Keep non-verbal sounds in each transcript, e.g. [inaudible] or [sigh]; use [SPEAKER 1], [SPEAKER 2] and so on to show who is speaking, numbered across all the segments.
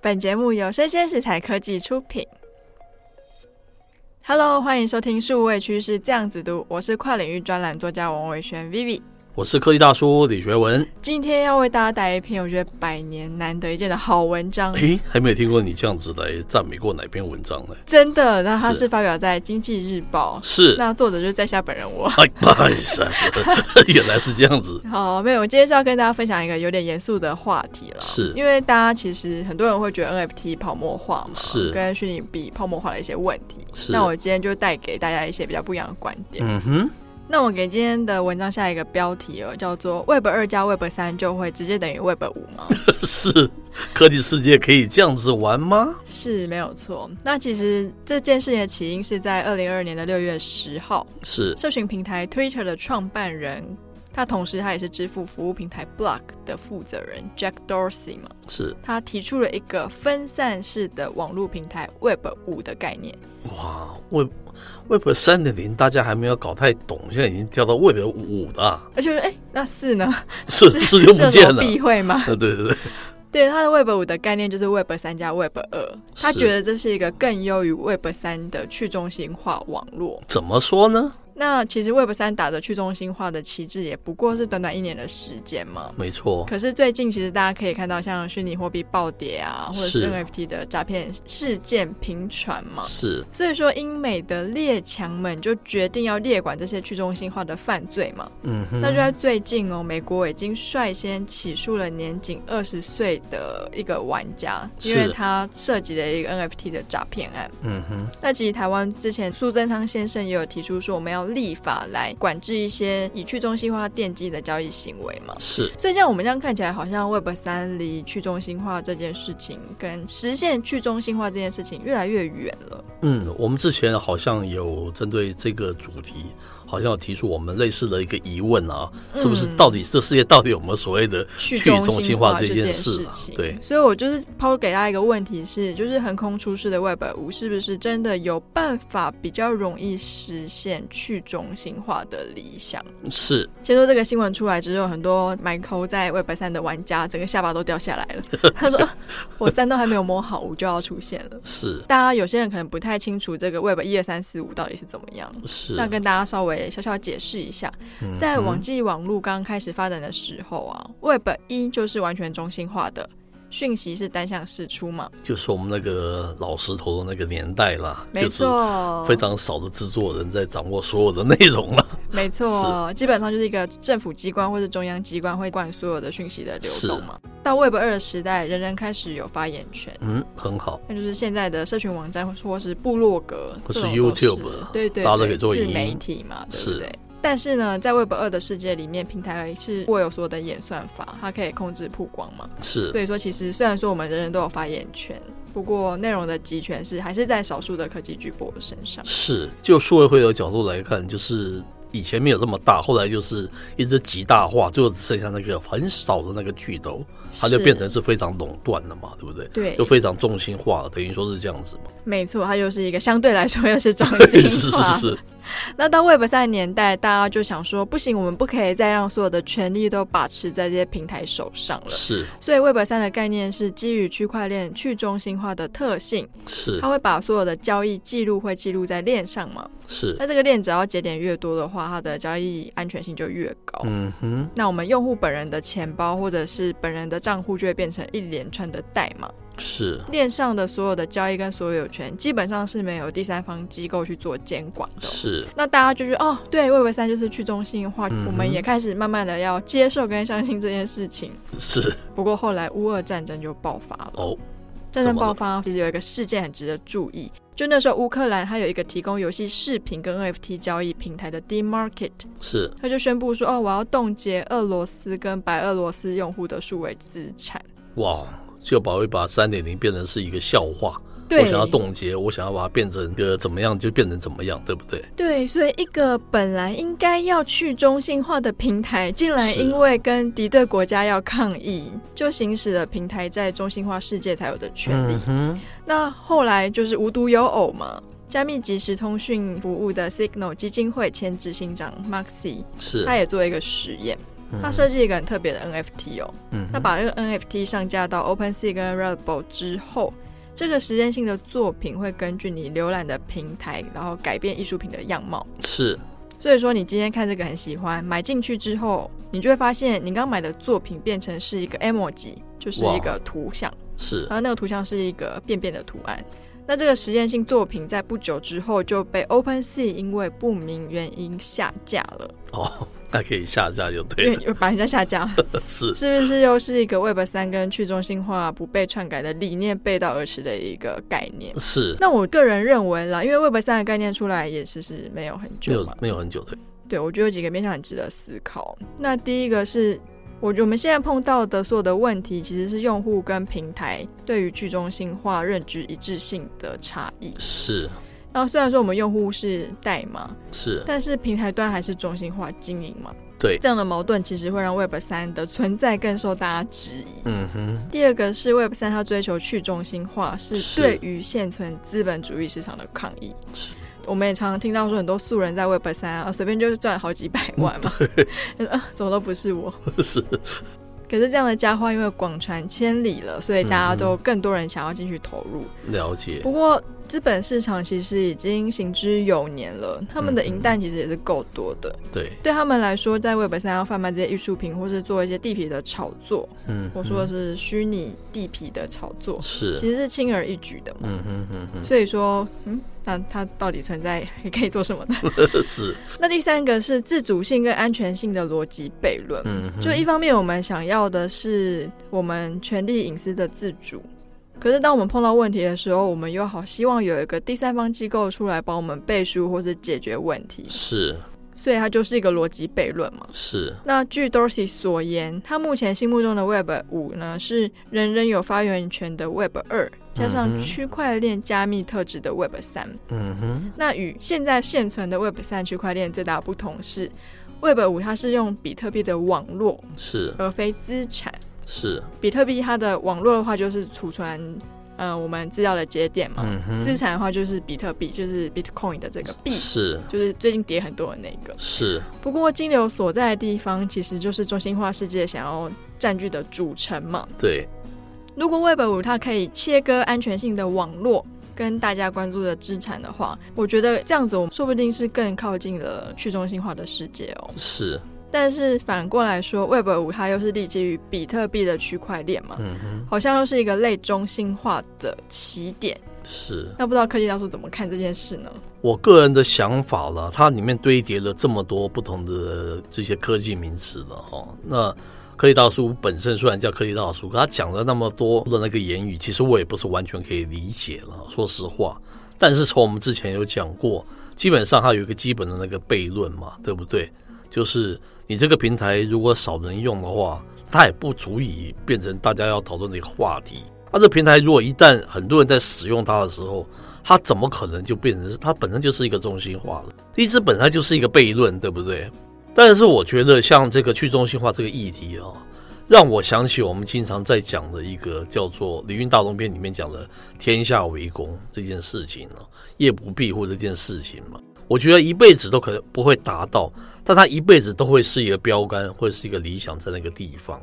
[SPEAKER 1] 本节目由生鲜食材科技出品。Hello，欢迎收听《数位趋势这样子读》，我是跨领域专栏作家王伟轩 Vivi。
[SPEAKER 2] 我是科技大叔李学文。
[SPEAKER 1] 今天要为大家带来一篇我觉得百年难得一见的好文章，
[SPEAKER 2] 诶，还没有听过你这样子来赞美过哪篇文章呢？
[SPEAKER 1] 真的。那它
[SPEAKER 2] 是
[SPEAKER 1] 是发表在《经济日报》，
[SPEAKER 2] 是，
[SPEAKER 1] 那作者就是在下本人我。
[SPEAKER 2] 哎，不好意思啊， [laughs] 原来是这样子。
[SPEAKER 1] 好，没有，我今天是要跟大家分享一个有点严肃的话题了，
[SPEAKER 2] 是
[SPEAKER 1] 因为大家其实很多人会觉得 NFT 泡沫化嘛，
[SPEAKER 2] 是
[SPEAKER 1] 跟虚拟币泡沫化的一些问题。
[SPEAKER 2] 是
[SPEAKER 1] 那我今天就带给大家一些比较不一样的观点。
[SPEAKER 2] 嗯哼， [laughs]
[SPEAKER 1] 那我给今天的文章下一个标题哦，叫做 “Web 二加 Web 三就会直接等于 Web 五”吗？
[SPEAKER 2] 是科技世界可以这样子玩吗？
[SPEAKER 1] [laughs] 是没有错。那其实这件事情的起因是在二零二二年的六月十号，
[SPEAKER 2] 是
[SPEAKER 1] 社群平台 Twitter 的创办人，他同时他也是支付服务平台 Block 的负责人 Jack Dorsey 嘛，
[SPEAKER 2] 是，
[SPEAKER 1] 他提出了一个分散式的网络平台 Web 五的概念。
[SPEAKER 2] 哇，Web Web 三点零大家还没有搞太懂，现在已经跳到 Web 五了啊，
[SPEAKER 1] 而且我说，哎、那四
[SPEAKER 2] [laughs]
[SPEAKER 1] 呢？
[SPEAKER 2] 是是又不
[SPEAKER 1] 这
[SPEAKER 2] 见
[SPEAKER 1] 有
[SPEAKER 2] 了。
[SPEAKER 1] 避讳吗？
[SPEAKER 2] 呃，对对对，
[SPEAKER 1] 对，他的 Web 五的概念就是 Web 三加 Web 二，他
[SPEAKER 2] 是
[SPEAKER 1] 觉得这是一个更优于 Web 三的去中心化网络。
[SPEAKER 2] 怎么说呢？
[SPEAKER 1] 那其实 Web 三打着去中心化的旗帜，也不过是短短一年的时间嘛。
[SPEAKER 2] 没错，
[SPEAKER 1] 可是最近，其实大家可以看到，像虚拟货币暴跌啊，或者是
[SPEAKER 2] 是
[SPEAKER 1] NFT 的诈骗事件频传嘛。
[SPEAKER 2] 是
[SPEAKER 1] 所以说，英美的列强们就决定要列管这些去中心化的犯罪嘛。
[SPEAKER 2] 嗯哼，
[SPEAKER 1] 那就在最近哦，美国已经率先起诉了年仅二十岁的一个玩家，
[SPEAKER 2] 是
[SPEAKER 1] 因为他涉及了一个 NFT 的诈骗案。
[SPEAKER 2] 嗯哼，
[SPEAKER 1] 那其实台湾之前苏贞昌先生也有提出说，我们要立法来管制一些以去中心化奠基的交易行为嘛。
[SPEAKER 2] 是
[SPEAKER 1] 所以这样我们这样看起来，好像 Web 三离去中心化这件事情跟实现去中心化这件事情越来越远了。
[SPEAKER 2] 嗯，我们之前好像有针对这个主题，好像有提出我们类似的一个疑问啊，
[SPEAKER 1] 嗯
[SPEAKER 2] 是不是到底这世界到底有没有所谓的
[SPEAKER 1] 去
[SPEAKER 2] 中
[SPEAKER 1] 心
[SPEAKER 2] 心化
[SPEAKER 1] 这
[SPEAKER 2] 这件
[SPEAKER 1] 事
[SPEAKER 2] 事
[SPEAKER 1] 情、
[SPEAKER 2] 嘛对
[SPEAKER 1] 所以我就是抛给大家一个问题是，就是横空出世的 Web 五是不是真的有办法比较容易实现去中心化的理想？
[SPEAKER 2] 是
[SPEAKER 1] 先说这个新闻出来之后，很多埋头在 Web 三的玩家整个下巴都掉下来
[SPEAKER 2] [laughs]
[SPEAKER 1] 了。他说：“啊我三都还没有摸好，五就要出现了。”
[SPEAKER 2] 是
[SPEAKER 1] 大家有些人可能不太清楚这个 Web 一二三四五到底是怎么样。
[SPEAKER 2] 是
[SPEAKER 1] 那跟大家稍微小小解释一下，
[SPEAKER 2] 嗯
[SPEAKER 1] 在网际网络刚开始发展的时候啊，Web 一就是完全中心化的，讯息是单向释出嘛，
[SPEAKER 2] 就是我们那个老石头的那个年代啦，
[SPEAKER 1] 没错
[SPEAKER 2] 就是，非常少的制作人在掌握所有的内容了，
[SPEAKER 1] 没错，基本上就是一个政府机关或者中央机关会管所有的讯息的流动嘛。到 Web 二的时代，人人开始有发言权。
[SPEAKER 2] 嗯，很好，
[SPEAKER 1] 那就是现在的社群网站，或是部落格，
[SPEAKER 2] 或是
[SPEAKER 1] 这种都
[SPEAKER 2] YouTube，
[SPEAKER 1] 对对，
[SPEAKER 2] 大家都
[SPEAKER 1] 对
[SPEAKER 2] 可以做
[SPEAKER 1] 自
[SPEAKER 2] 影音
[SPEAKER 1] 媒体嘛，对不
[SPEAKER 2] 是
[SPEAKER 1] 对？但是呢，在 Web 二的世界里面，平台是握有所有的演算法，它可以控制曝光嘛。
[SPEAKER 2] 是
[SPEAKER 1] 所以说，其实虽然说我们人人都有发言权，不过内容的集权是还是在少数的科技巨擘身上。
[SPEAKER 2] 是，就数位会的角度来看，就是以前没有这么大，后来就是一直极大化，最后只剩下那个很少的那个巨头，它就是变成是非常垄断了嘛，对不对？
[SPEAKER 1] 对
[SPEAKER 2] 就非常中心化了，等于说是这样子嘛。
[SPEAKER 1] 没错，它就是一个相对来说又是
[SPEAKER 2] [laughs]
[SPEAKER 1] 中心
[SPEAKER 2] 是是
[SPEAKER 1] 化。
[SPEAKER 2] 是，
[SPEAKER 1] 那到 Web 三年代，大家就想说，不行，我们不可以再让所有的权利都把持在这些平台手上了。
[SPEAKER 2] 是
[SPEAKER 1] 所以 Web 三的概念是基于区块链去中心化的特性， [laughs]
[SPEAKER 2] 是
[SPEAKER 1] 它会把所有的交易记录会记录在链上嘛？
[SPEAKER 2] 是，
[SPEAKER 1] 那这个链只要节点越多的话，它的交易安全性就越高。
[SPEAKER 2] 嗯哼，
[SPEAKER 1] 那我们用户本人的钱包或者是本人的账户就会变成一连串的代码，
[SPEAKER 2] 是
[SPEAKER 1] 链上的所有的交易跟所有权基本上是没有第三方机构去做监管的。
[SPEAKER 2] 是
[SPEAKER 1] 那大家就觉得哦，对，Web 三就是去中心化，
[SPEAKER 2] 嗯哼
[SPEAKER 1] 我们也开始慢慢的要接受跟相信这件事情。
[SPEAKER 2] 是
[SPEAKER 1] 不过后来乌俄战争就爆发了，
[SPEAKER 2] 哦，
[SPEAKER 1] 战争爆发其实有一个事件很值得注意，就那时候乌克兰它有一个提供游戏视频跟 NFT 交易平台的 D Market，
[SPEAKER 2] 是
[SPEAKER 1] 它就宣布说哦，我要冻结俄罗斯跟白俄罗斯用户的数位资产。
[SPEAKER 2] 哇，就把会把三点零变成是一个笑话。
[SPEAKER 1] 对，
[SPEAKER 2] 我想要冻结，我想要把它变成一个怎么样就变成怎么样，对不对？
[SPEAKER 1] 对，所以一个本来应该要去中心化的平台，竟然
[SPEAKER 2] 是
[SPEAKER 1] 因为跟敌对国家要抗议，就行使了平台在中心化世界才有的权利。
[SPEAKER 2] 哼，
[SPEAKER 1] 那后来就是无独有偶嘛，加密即时通讯服务的 Signal 基金会前执行长 Maxi，
[SPEAKER 2] 是
[SPEAKER 1] 他也做一个实验，
[SPEAKER 2] 嗯
[SPEAKER 1] 它设计一个很特别的 NFT 哦。
[SPEAKER 2] 嗯哼，
[SPEAKER 1] 那把这个 NFT 上架到 OpenSea 跟 Redbubble 之后，这个实验性的作品会根据你浏览的平台，然后改变艺术品的样貌。
[SPEAKER 2] 是
[SPEAKER 1] 所以说，你今天看这个很喜欢，买进去之后，你就会发现你刚买的作品变成是一个 emoji，就是一个图像，
[SPEAKER 2] 是
[SPEAKER 1] 然后那个图像是一个便便的图案。那这个实验性作品在不久之后就被 OpenSea 因为不明原因下架了，
[SPEAKER 2] 哦， [laughs] 那可以下架就
[SPEAKER 1] 因
[SPEAKER 2] 对
[SPEAKER 1] 为
[SPEAKER 2] 了，
[SPEAKER 1] 又把人家下架，
[SPEAKER 2] 是
[SPEAKER 1] 是不是又是一个 Web 三跟去中心化不被篡改的理念背道而驰的一个概念？
[SPEAKER 2] 是，
[SPEAKER 1] 那我个人认为啦，因为 Web 三的概念出来也其实没有很
[SPEAKER 2] 没
[SPEAKER 1] 久嘛
[SPEAKER 2] 有，没有很久的，
[SPEAKER 1] 对，我觉得有几个面向很值得思考。那第一个是，我觉得我们现在碰到的所有的问题，其实是用户跟平台对于去中心化认知一致性的差异。
[SPEAKER 2] 是
[SPEAKER 1] 然后虽然说我们用户是代码，
[SPEAKER 2] 是，
[SPEAKER 1] 但是平台端还是中心化经营嘛。
[SPEAKER 2] 对
[SPEAKER 1] 这样的矛盾其实会让 Web 三的存在更受大家质疑。
[SPEAKER 2] 嗯哼， [laughs]
[SPEAKER 1] 第二个是 Web 三，它追求去中心化，是
[SPEAKER 2] 是
[SPEAKER 1] 对于现存资本主义市场的抗议
[SPEAKER 2] 是。
[SPEAKER 1] 我们也常常听到说，很多素人在 Web 三啊，随便就赚好几百万
[SPEAKER 2] [laughs]
[SPEAKER 1] 嘛， [laughs] 就是啊，怎么都不是我。
[SPEAKER 2] 是
[SPEAKER 1] 可是这样的佳话，因为广传千里了，所以大家都更多人想要进去投入。
[SPEAKER 2] 了解，
[SPEAKER 1] 不过资本市场其实已经行之有年了，他们的
[SPEAKER 2] 嗯
[SPEAKER 1] 银弹其实也是够多的。
[SPEAKER 2] 对，
[SPEAKER 1] 对他们来说，在 Web 三要贩卖这些艺术品，或是做一些地皮的炒作，
[SPEAKER 2] 嗯，
[SPEAKER 1] 我说的是虚拟地皮的炒作，
[SPEAKER 2] 是，
[SPEAKER 1] 其实是轻而易举的嘛。
[SPEAKER 2] 嗯哼嗯哼，
[SPEAKER 1] 所以说，嗯，那它到底存在也可以做什么
[SPEAKER 2] [laughs] 嗯
[SPEAKER 1] 呢？
[SPEAKER 2] 是，
[SPEAKER 1] 那第三个是自主性跟安全性的逻辑悖论。
[SPEAKER 2] 嗯哼，
[SPEAKER 1] 就一方面，我们想要的是我们权利隐私的自主，可是当我们碰到问题的时候，我们又好希望有一个第三方机构出来帮我们背书或是解决问题，
[SPEAKER 2] 是
[SPEAKER 1] 所以它就是一个逻辑悖论嘛。
[SPEAKER 2] 是
[SPEAKER 1] 那据 Dorsey 所言，他目前心目中的 Web 五呢是人人有发言权的 Web 二，加上
[SPEAKER 2] 嗯哼
[SPEAKER 1] 区块链加密特质的 Web 三。
[SPEAKER 2] 嗯哼，
[SPEAKER 1] 那与现在现存的 Web 三区块链最大的不同是，Web 五它是用比特币的网络
[SPEAKER 2] 是
[SPEAKER 1] 而非资产。
[SPEAKER 2] 是，
[SPEAKER 1] 比特币它的网络的话就是储存，呃，我们资料的节点嘛。
[SPEAKER 2] 嗯哼，
[SPEAKER 1] 资产的话就是比特币，就是 Bitcoin 的这个币，
[SPEAKER 2] 是
[SPEAKER 1] 就是最近跌很多的那个。
[SPEAKER 2] 是
[SPEAKER 1] 不过金流所在的地方其实就是中心化世界想要占据的主城嘛。
[SPEAKER 2] 对，
[SPEAKER 1] 如果 Web 五它可以切割安全性的网络跟大家关注的资产的话，我觉得这样子我们说不定是更靠近了去中心化的世界哦。
[SPEAKER 2] 是，
[SPEAKER 1] 但是反过来说，Web 五它又是立基于比特币的区块链嘛，
[SPEAKER 2] 嗯哼，
[SPEAKER 1] 好像又是一个类中心化的起点。
[SPEAKER 2] 是。
[SPEAKER 1] 那不知道科技大叔怎么看这件事呢？
[SPEAKER 2] 我个人的想法了，它里面堆叠了这么多不同的这些科技名词了哦。那科技大叔本身虽然叫科技大叔，可他讲了那么多的那个言语，其实我也不是完全可以理解了，说实话。但是从我们之前有讲过，基本上它有一个基本的那个悖论嘛，对不对？就是你这个平台如果少人用的话，它也不足以变成大家要讨论的一个话题。它、这平台如果一旦很多人在使用它的时候，它怎么可能就变成是它本身就是一个中心化了？一直本来就是一个悖论，对不对？但是我觉得像这个去中心化这个议题啊、让我想起我们经常在讲的一个叫做《李运大龙篇》里面讲的“天下为公”这件事情啊，夜不闭户这件事情嘛。我觉得一辈子都可能不会达到，但他一辈子都会是一个标杆，会是一个理想在那个地方，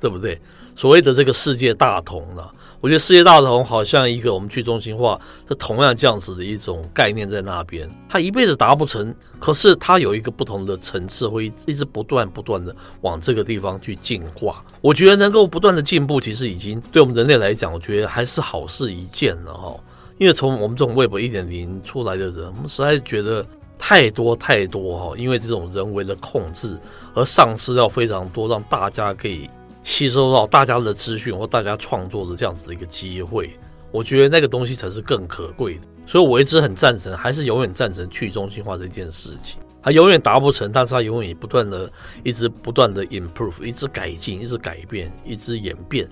[SPEAKER 2] 对不对？所谓的这个世界大同呢、我觉得世界大同好像一个我们去中心化是同样这样子的一种概念在那边，他一辈子达不成，可是他有一个不同的层次，会一直不断不断的往这个地方去进化。我觉得能够不断的进步，其实已经对我们人类来讲，我觉得还是好事一件了哈、因为从我们这种 Web 一点零出来的人，我们实在是觉得太多太多哈、因为这种人为的控制而丧失掉非常多，让大家可以吸收到大家的资讯或大家创作的这样子的一个机会，我觉得那个东西才是更可贵的。所以我一直很赞成，还是永远赞成去中心化这件事情。它永远达不成，但是它永远也不断的、一直不断的 improve，一直改进，一直改变，一直演变，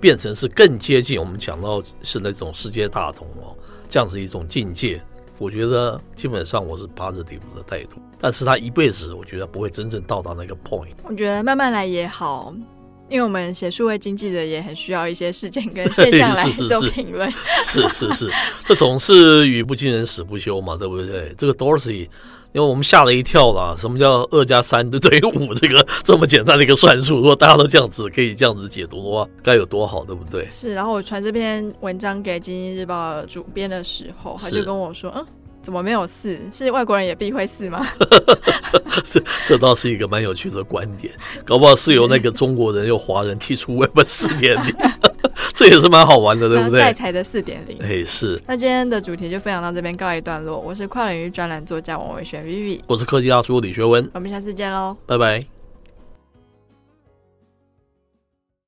[SPEAKER 2] 变成是更接近我们讲到是那种世界大同哦，这样子一种境界。我觉得基本上我是 positive 的态度，但是他一辈子我觉得不会真正到达那个 point。
[SPEAKER 1] 我觉得慢慢来也好，因为我们写数位经济的也很需要一些事件跟现
[SPEAKER 2] [laughs]
[SPEAKER 1] 象来
[SPEAKER 2] 是是是
[SPEAKER 1] 做评论。
[SPEAKER 2] [laughs] 是是是，这总是语不惊人死不休嘛，对不对？这个 Dorsey 因为我们吓了一跳啦，什么叫二加三等于五？这个 [laughs] 这么简单的一个算术，如果大家都这样子可以这样子解读的话，该有多好，对不对？
[SPEAKER 1] 是，然后我传这篇文章给《经济日报》的主编的时候，他
[SPEAKER 2] 是
[SPEAKER 1] 就跟我说：“嗯，怎么没有四？是外国人也避讳四吗
[SPEAKER 2] 这倒是一个蛮有趣的观点，搞不好是由那个中国人又华人踢出 Web 四点零，这也是蛮好玩的，？” [laughs] 对不对
[SPEAKER 1] 代？才的四点零。
[SPEAKER 2] 哎，是，
[SPEAKER 1] 那今天的主题就分享到这边告一段落。我是跨领域专栏作家王伟璇 Vivi，
[SPEAKER 2] 我是科技大叔李学文，
[SPEAKER 1] 我们下次见喽。
[SPEAKER 2] 拜拜。